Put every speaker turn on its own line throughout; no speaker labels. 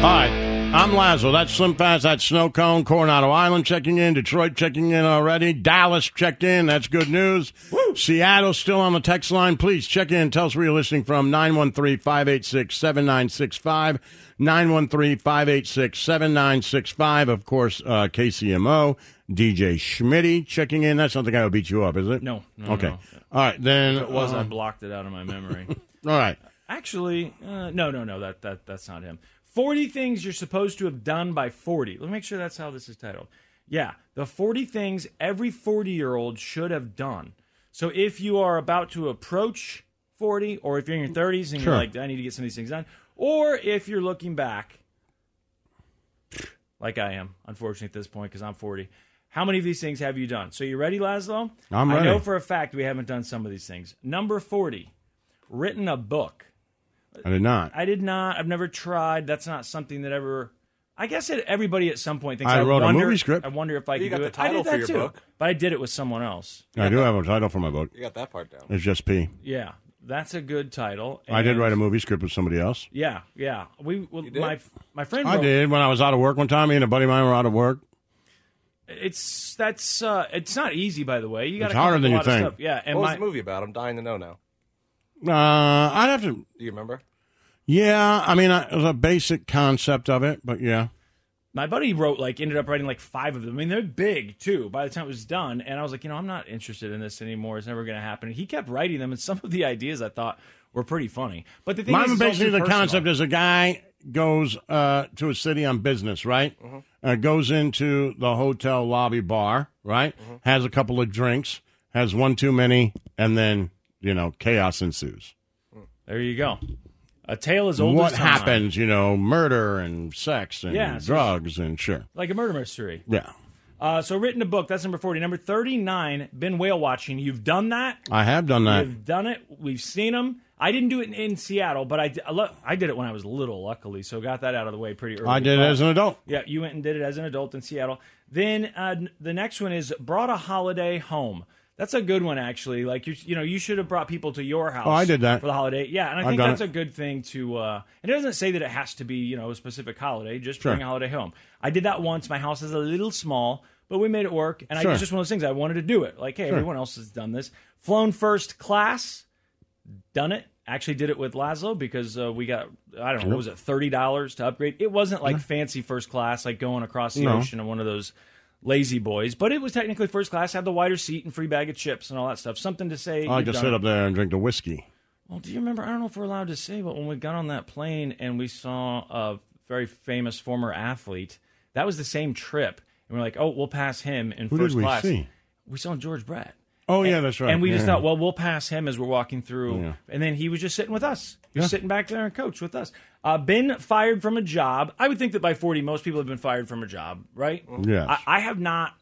right. I'm Lazo. That's Slim Fast. That's Snow Cone. Coronado Island checking in. Detroit checking in already. Dallas checked in. That's good news. Seattle still on the text line. Please check in. Tell us where you're listening from. 913 586 7965. 913 586 7965. Of course, uh, KCMO. DJ Schmitty checking in. That's not the guy who beat you up, is it?
No, no,
Okay.
no.
All right. Then.
It was.
uh,
I blocked it out of my memory.
all right.
Actually, uh, no, no, no. That that that's not him. Forty things you're supposed to have done by forty. Let me make sure that's how this is titled. Yeah, the forty things every forty-year-old should have done. So if you are about to approach forty, or if you're in your thirties and
Sure.
you're like, I need to get some of these things done, or if you're looking back, like I am, unfortunately at this point because I'm forty. How many of these things have you done? So you ready, Laszlo?
I'm
I know
ready.
for a fact we haven't done some of these things. Number forty written a book.
I did not.
I did not. I've never tried. That's not something that ever. I guess that everybody at some point thinks
I
I,
wrote a
wonder,
movie script.
I wonder if I could
got
do
the
it. I
title
did that
for your
too,
book.
but I did it with someone else.
I do have a title for my book.
You got that part down.
It's just P.
Yeah, that's a good title.
I did
and-
write a movie script with somebody else.
Yeah, yeah. We well,
did?
my my friend.
I
wrote-
did when I was out of work one time. Me and a buddy of mine were out of work.
It's that's uh, it's not easy, by the way. You got
It's harder than you think.
Stuff. Yeah, and
What was
my
the movie about? I'm dying to know now.
Uh, I'd have to.
Do you remember?
Yeah, I mean, I, it was a basic concept of it, but yeah.
my buddy wrote like ended up writing like five of them. I mean, they're big too. By the time it was done, and I was like, you know, I'm not interested in this anymore. It's never going to happen. And he kept writing them, and some of the ideas I thought were pretty funny. But the thing is,
Mine
it's all
basically
too
the
personal.
concept is a guy goes uh, to a city on business, right?
Mm-hmm.
Uh, goes into the hotel lobby bar, right?
Mm-hmm.
Has a couple of drinks, has one too many, and then you know chaos ensues.
There you go. A tale as old
what
as time.
happens? You know, murder and sex and
Yeah, so-
drugs and sure,
Like a murder mystery.
yeah.
Uh, so written a book. That's number forty. Number thirty-nine. Been whale watching. You've done that.
I have done that.
We've done it. We've seen them. I didn't do it in, in Seattle, but I, di- I, lo- I did it when I was little, luckily. So got that out of the way pretty early.
I did it
But-
as an adult.
Yeah, you went and did it as an adult in Seattle. Then uh, n- the next one is brought a holiday home. That's a good one, actually. Like you, you know, you should have brought people to your house.
Oh, I did that.
for the holiday. Yeah, and I
I've
think
done
that's
it.
a good thing to. Uh, and it doesn't say that it has to be, you know, a specific holiday. Just
Sure.
bring a holiday home. I did that once. My house is a little small, but we made it work. And I
Sure.
it's just one of those things. I wanted to do it. Like, hey, everyone else has done this. Flown first class done it. Actually, did it with Laszlo because uh, we got I don't know what was it thirty dollars to upgrade. It wasn't like fancy first class, like going across the
No.
ocean in one of those lazy boys, but it was technically first class. Had the wider seat and free bag of chips and all that stuff. Something to
I
say.
uh, like
you've
to
done
sit
it.
up there and drink the whiskey.
Well, do you remember? I don't know if we're allowed to say, but when we got on that plane and we saw a very famous former athlete, that was the same trip, and we're like, oh, we'll pass him in
Who
first
did we
class.
see?
We saw George Brett.
Oh yeah, that's right.
And we just
Yeah.
thought, well, we'll pass him as we're walking through.
Yeah.
And then he was just sitting with us. He was sitting back there and coach with us. Uh, been fired from a job. I would think that by 40, most people have been fired from a job, right?
Yes.
I, I have not,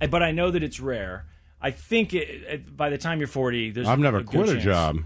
I- but I know that it's rare. I think it, it, by the time you're 40, there's
I've never
a good
quit a
chance.
job.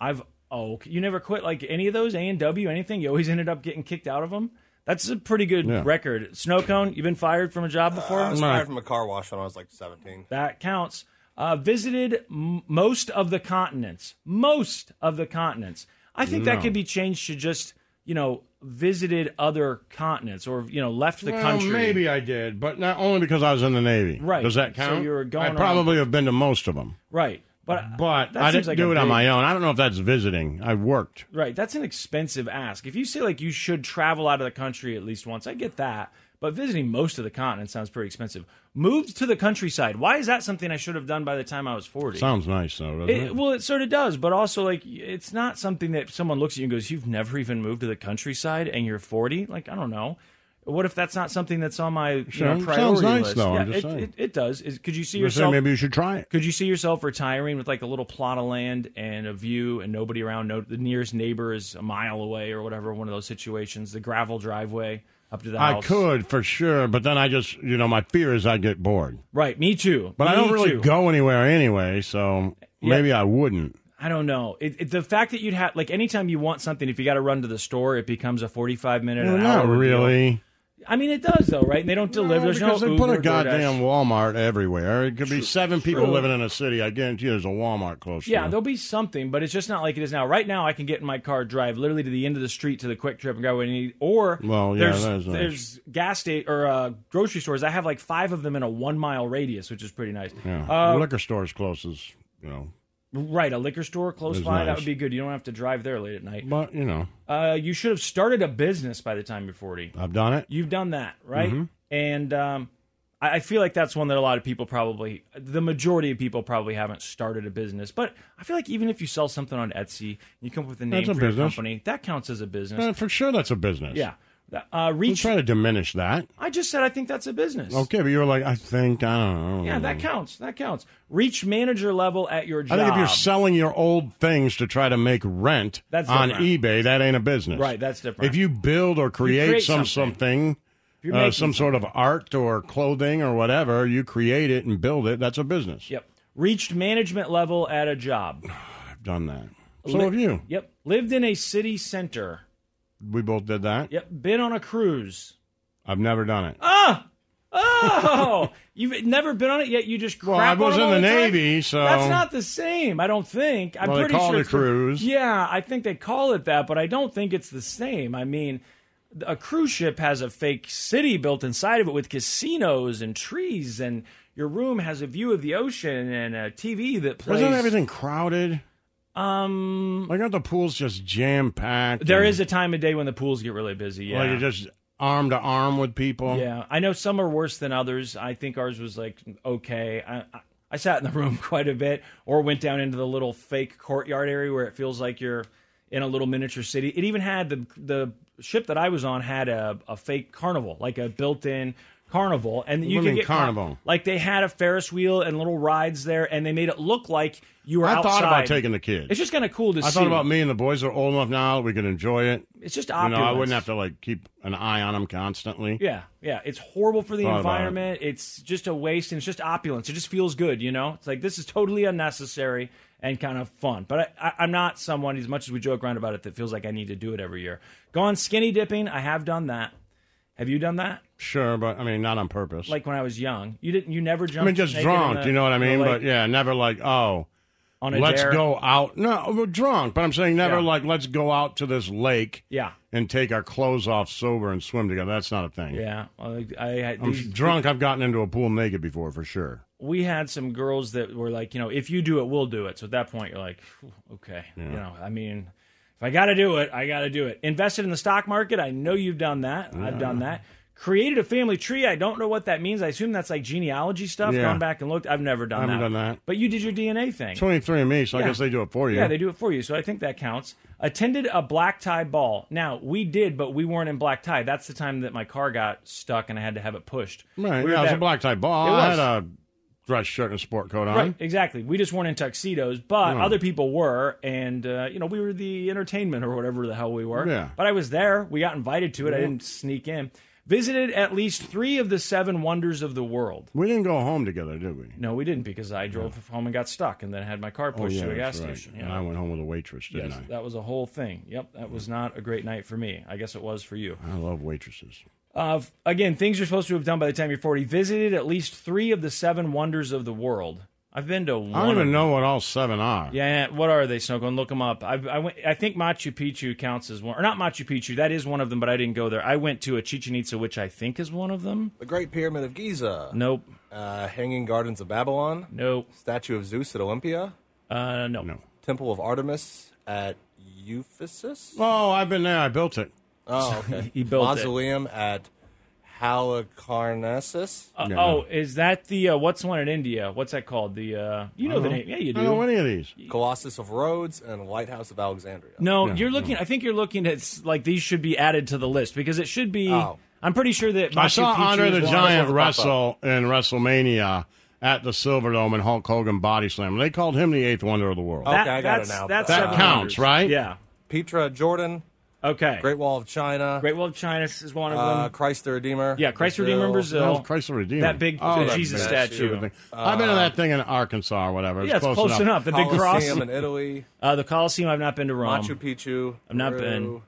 I've, oh, you never quit like any of those, A&W, anything? You always ended up getting kicked out of them? That's a pretty good
Yeah.
record. Snow Cone, you've been fired from a job before?
Uh, I was
Nah.
fired from a car wash when I was like 17.
That counts. Uh, visited m- most of the continents. Most of the continents. I think that could be changed to just you know visited other continents or you know left the
Well,
country.
maybe I did, but not only because I was in the Navy.
Right.
Does that
So
count?
you were going
I
around-
probably have been to most of them,
right, but
but
that
I didn't
seems like
do
a
it on
big-
my own. I don't know if that's visiting. I worked.
Right, that's an expensive ask. If you say like you should travel out of the country at least once, I get that. But visiting most of the continent sounds pretty expensive. Moved to the countryside. Why is that something I should have done by the time I was forty?
Sounds nice though, doesn't it?
It, well, it sort of does, but also like it's not something that someone looks at you and goes, "You've never even moved to the countryside, and you're 40." Like I don't know. What if that's not something that's on my you
Sure.
know,
Sounds
priority
nice,
list?
though,
Yeah,
I'm just
it,
saying.
it, it does. Is, could you see
You're saying
yourself?
maybe you should try it.
could you see yourself retiring with like a little plot of land and a view and nobody around? No, the nearest neighbor is a mile away or whatever. One of those situations. The gravel driveway up to the
I
house.
could for sure, but then I just, you know, my fear is I get bored.
Right. Me too.
But I
Me
don't really
too.
go anywhere anyway, so maybe I wouldn't.
I don't know. It, it, the fact that you'd have like anytime you want something, if you got to run to the store, it becomes a forty-five minute.
Well,
an
not
hour deal.
Oh, really.
I mean, it does though, right? And they don't deliver. There's
because
no
they put
Uber,
a goddamn
DoorDash.
Walmart everywhere. It could be seven people
True.
living in a city. I guarantee you there's a Walmart close
Yeah,
to you.
there'll be something, but it's just not like it is now. Right now, I can get in my car, drive literally to the end of the street to the quick trip and grab what I need. Or
Well, yeah,
there's
that is nice.
there's gas station or uh, grocery stores. I have like five of them in a one mile radius, which is pretty nice. uh,
Yeah. liquor stores close is, you know.
Right, a liquor store close
That's
by that
nice.
would be good. You don't have to drive there late at night.
But, you know,
Uh, you should have started a business by the time you're 40.
I've done it.
You've done that, right?
Mm-hmm.
And um, I, I feel like that's one that a lot of people probably, the majority of people probably haven't started a business. But I feel like even if you sell something on Etsy, you come up with a name
That's a
for your
business.
company, that counts as a business.
Uh, for sure that's a business.
yeah. Uh,
Don't
reach.
try to diminish that.
I just said I think that's a business.
Okay, but you were like, I think, I don't know.
Yeah, that counts. That counts. Reach manager level at your
I
job.
think if you're selling your old things to try to make rent
That's
on
different.
eBay, that ain't a business.
Right, that's different.
If you build or create,
create
some
something.
something,
you're
uh,
making
some sort of art or clothing or whatever, you create it and build it. That's a business.
Yep. Reached management level at a job.
I've done that. So
Li-
have you.
Yep. Lived in a city center.
We both did that.
Yep. Been on a cruise.
I've never done it.
Ah! Oh! You've never been on it yet? You just crap
Well, I
on
was
them
in
all
the
time?
Navy, so-
That's not the same, I don't think. I'm
Well, they
pretty
call
sure.
it a
it's the-
cruise.
yeah, I think they call it that, but I don't think it's the same. I mean, a cruise ship has a fake city built inside of it with casinos and trees, and your room has a view of the ocean and a TV that plays.
Wasn't everything crowded?
Um,
Like, aren't the pools just jam packed?
there is a time of day when the pools get really busy. Yeah.
Like, you're just arm to arm with people.
Yeah, I know some are worse than others. I think ours was like okay. I, I, I sat in the room quite a bit, or went down into the little fake courtyard area where it feels like you're in a little miniature city. It even had the the ship that I was on had a, a fake carnival, like a built-in carnival, and you
do you
could
mean
get car-
carnival?
like they had a Ferris wheel and little rides there, and they made it look like you were
I
outside.
thought about taking the kids.
It's just kind of cool to
I
see.
thought about me and the boys are old enough now we can enjoy it.
It's just
You know,
opulence.
I wouldn't have to like keep an eye on them constantly.
Yeah, yeah. It's horrible for the
Thought about
environment. It's just a waste and it's just opulence. It just feels good, you know? It's like this is totally unnecessary and kind of fun. But I, I, I'm not someone, as much as we joke around about it, that feels like I need to do it every year. Gone skinny dipping. I have done that. Have you done that?
Sure, but I mean, not on purpose.
Like when I was young, you didn't. You never
I
jumped.
mean, just
naked in
drunk.
the-
you know what I
in the
mean?
lake
But yeah, never like oh,
on a
let's
dare.
go out. No, we're drunk, but I'm saying never
Yeah.
like let's go out to this lake
Yeah,
and take our clothes off sober and swim together. That's not a thing.
yeah. I, I,
I'm
these-
drunk. I've gotten into a pool naked before for sure.
we had some girls that were like, you know, if you do it, we'll do it. So at that point, you're like, "Phew, okay, you know, I mean, if I got to do it, I got to do it. Invested in the stock market. I know you've done that. I've done that. Created a family tree. I don't know what that means. I assume that's like genealogy stuff.
Yeah.
Gone back and looked. I've never done
haven't
that.
done that.
But you did your DNA thing.
Twenty three and me, so I guess they do it for you.
Yeah, they do it for you. So I think that counts. Attended a black tie ball. Now, we did, but we weren't in black tie. That's the time that my car got stuck and I had to have it pushed.
right.
We were
yeah, it was a
that-
black tie ball.
It
I
was.
had a dress shirt and a sport coat on.
Right, exactly. We just weren't in tuxedos, but other people were, and uh, you know we were the entertainment or whatever the hell we were.
Yeah.
But I was there. We got invited to it. I didn't sneak in. Visited at least three of the seven wonders of the world.
We didn't go home together, did we?
No, we didn't because I drove home and got stuck, and then had my car pushed to a gas
Oh, that's right.
station.
And I went home with a waitress, didn't
Yes, that was a whole thing. Yep, that was not a great night for me. I guess it was for you.
I? I love waitresses.
Uh, f- again, things you're supposed to have done by the time you're 40. Visited at least three of the seven wonders of the world. I've been to one.
I don't
of
even know what all seven are.
Yeah, what are they, Snowcone? Look them up. I, I went. I think Machu Picchu counts as one, or not Machu Picchu. That is one of them, but I didn't go there. I went to a Chichen Itza, which I think is one of them.
The Great Pyramid of Giza,
Nope,
uh, Hanging Gardens of Babylon,
nope,
Statue of Zeus at Olympia,
uh, no, no.
Temple of Artemis at Ephesus.
Oh, I've been there. I built it.
Oh, okay.
He built it.
Mausoleum at Halicarnassus.
Uh,
No.
Oh, is that the uh, what's the one in India? What's that called? The uh, you know the name? Yeah, you
I don't know
do.
any of these.
Colossus of Rhodes and Lighthouse of Alexandria.
No, you're looking. I think you're looking at s- like these should be added to the list because it should be.
Oh.
I'm pretty sure that Machu
I saw
Picchu
Andre
is
the
one.
Giant
ones that
wrestle in WrestleMania at the Silverdome and Hulk Hogan body slam. They called him the eighth wonder of the world.
Okay,
Oh, That,
I got
that's,
it now.
That's
That
seven
counts,
wonders.
right?
Yeah.
Petra, Jordan,
Okay.
Great Wall of China,
Great Wall of China is one of them.
uh, Christ the Redeemer.
Yeah, Christ Redeemer in Brazil.
Oh, Christ the Redeemer.
That big
oh, that
Jesus
big
statue.
stupid thing. I've been to that thing in Arkansas or whatever.
Yeah, it's close, enough. The big cross.
Colosseum in Italy,
Uh, the Colosseum, I've not been to Rome.
Machu Picchu.
I've not
Peru,
been.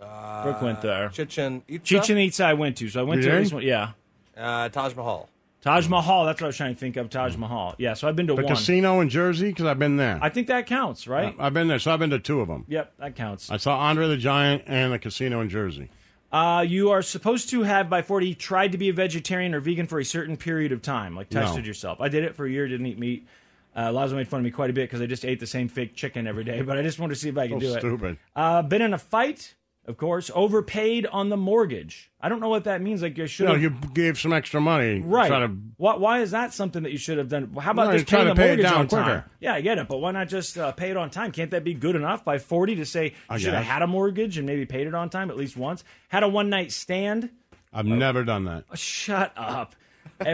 Brooke went there.
Chichen Itza.
Chichen Itza I went to, so I went
You
to at
did?
least one. Yeah,
Uh, Taj Mahal.
Taj Mahal. That's what I was trying to think of. Taj Mahal. Yeah, so I've been to
The
one.
Hmm. casino in Jersey because I've been there.
I think that counts, right?
I've been there, so I've been to two of them.
Yep, that counts.
I saw Andre the Giant and the casino in Jersey.
Uh, you are supposed to have by 40 tried to be a vegetarian or vegan for a certain period of time, like tested
No.
yourself. I did it for a year, didn't eat meat. Uh, Lazo made fun of me quite a bit because I just ate the same fake chicken every day, but I just wanted to see if I could
So
do it.
stupid.
Uh, been in a fight, of course. Overpaid on the mortgage. I don't know what that means. Like you should
You know,
have.
you gave some extra money. to
right.
Try to
Why, why is that something that you should have done? How about
No,
just
you're trying to
paying the
pay it
mortgage
down
on quicker?
quicker.
Yeah, I get it, but why not just uh, pay it on time? Can't that be good enough by 40 to say you should have
guess.
had a mortgage and maybe paid it on time at least once? Had a one night stand?
I've never done that.
Shut up.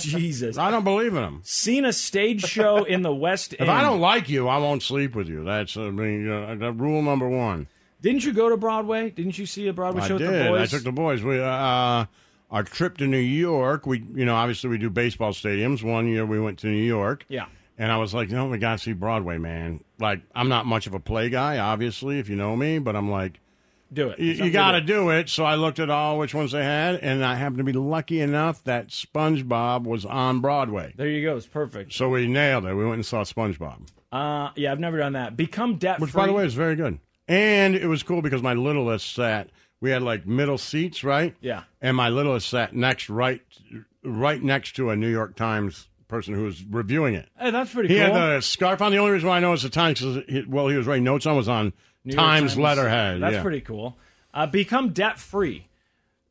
Jesus.
I don't believe in them.
Seen a stage show in the West
If
End.
I don't like you, I won't sleep with you. That's I mean, uh, that rule number one.
Didn't you go to Broadway? Didn't you see a Broadway
I
show
did.
with the boys?
I took the boys. We uh, uh, our trip to New York. We you know obviously we do baseball stadiums. One year we went to New York.
Yeah.
And I was like, no, we gotta see Broadway, man. Like I'm not much of a play guy, obviously, if you know me, but I'm like.
Do it.
You,
Something
you
to
got to
do.
do it. So I looked at all which ones they had, and I happened to be lucky enough that SpongeBob was on Broadway.
There you go. It's perfect.
So we nailed it. We went and saw SpongeBob,
Uh, yeah, I've never done that. Become debt
which,
free.
by the way, is very good. And it was cool because my littlest sat. We had like middle seats, right?
Yeah.
And my littlest sat next, right, right next to a New York Times person who was reviewing it.
Hey, that's pretty
He
cool.
had the scarf on. The only reason why I know it's the Times is he, well, he was writing notes on was on
New York
Times, letterhead.
That's
yeah.
pretty cool. Uh, become debt free.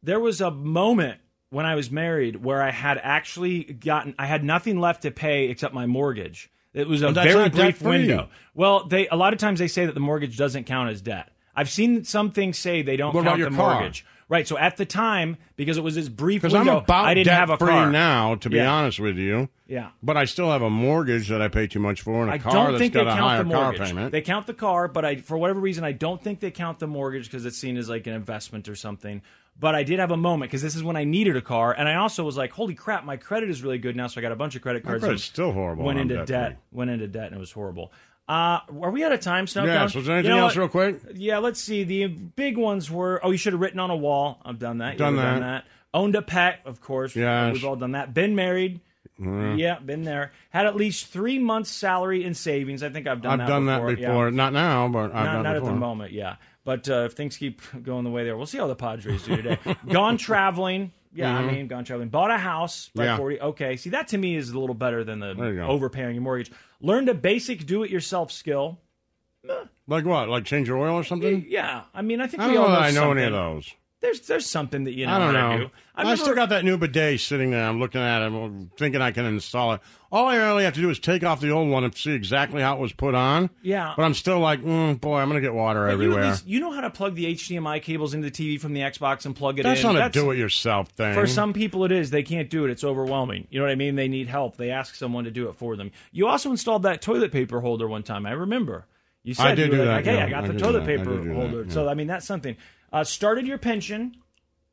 There was a moment when I was married where I had actually gotten, I had nothing left to pay except my mortgage. It was a
Oh, that's
very
not
brief
debt-free.
window. Well, they a lot of times they say that the mortgage doesn't count as debt. I've seen some things say they don't
What about
count
your
the
car?
mortgage. Right. So at the time, because it was this brief
Because I'm
window,
about
I didn't have a
debt-free
car.
now, to be
Yeah.
honest with you.
Yeah.
But I still have a mortgage that I pay too much for, and a
I
car
don't
that's
think they
got a higher
count the
car
mortgage.
payment.
They count the car, but I, for whatever reason, I don't think they count the mortgage because it's seen as like an investment or something. But I did have a moment because this is when I needed a car, and I also was like, "Holy crap, my credit is really good now." So I got a bunch of credit cards.
credit's
and
still horrible
Went
and I'm
into
debt-free.
debt. Went into debt, and it was horrible. Uh, are we out of time, Snowcone?
Yes, was there anything
You know
else
what?
real quick?
Yeah, let's see. The big ones were. Oh, you should have written on a wall. I've done that. You
Done
would've
that.
Owned a pet, of course.
Yes.
We've all done that. Been married.
Mm-hmm.
Yeah, been there. Had at least three months' salary in savings. I think I've done
I've
that.
done
before.
that
Yeah.
before. Not now, but I've
Not,
done
not
it
at the
before.
moment. Yeah, but uh, if things keep going the way there, we'll see how the Padres do today. gone traveling. Yeah, I mean, gone traveling. Bought a house by
Mm-hmm. Yeah.
forty. Okay, see that to me is a little better than the
you go.
overpaying your mortgage. Learned a basic do-it-yourself skill.
Like what? Like change your oil or something?
Yeah, I mean, I think
I
we
don't know
all know
that I know
something.
any of those.
There's there's something that you know
I don't
how to
know.
do.
I,
remember-
still got that new bidet sitting there. I'm looking at it, thinking I can install it. All I really have to do is take off the old one and see exactly how it was put on.
Yeah.
But I'm still like, mm, boy, I'm going to get water
You, at
everywhere.
least, you know how to plug the HDMI cables into the TV from the Xbox and plug it
That's
in.
not a do-it-yourself thing.
For some people, it is. They can't do it. It's overwhelming. You know what I mean? They need help. They ask someone to do it for them. You also installed that toilet paper holder one time. I remember. You said
I did
you were
do
like,
that,
"Hey,
yeah.
I got
I
the
did do
toilet
that. I
paper
did do that,
holder."
yeah.
So I mean, that's something. Uh, started your pension,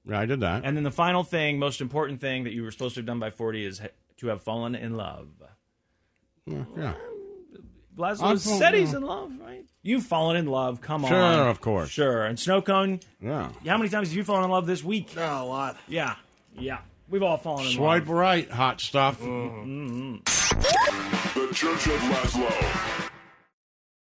yeah, I did that.
and then the final thing, most important thing that you were supposed to have done by forty is ha- to have fallen in love.
yeah.
Laszlo
I've
said
fallen-
he's in love, right? You've fallen in love. Come
Sure,
on.
of course.
Sure. And Snowcone,
Yeah.
how many times have you fallen in love this week?
Oh, a lot.
Yeah. Yeah. We've all fallen in
Swipe
love.
right, hot stuff.
The Church of Laszlo.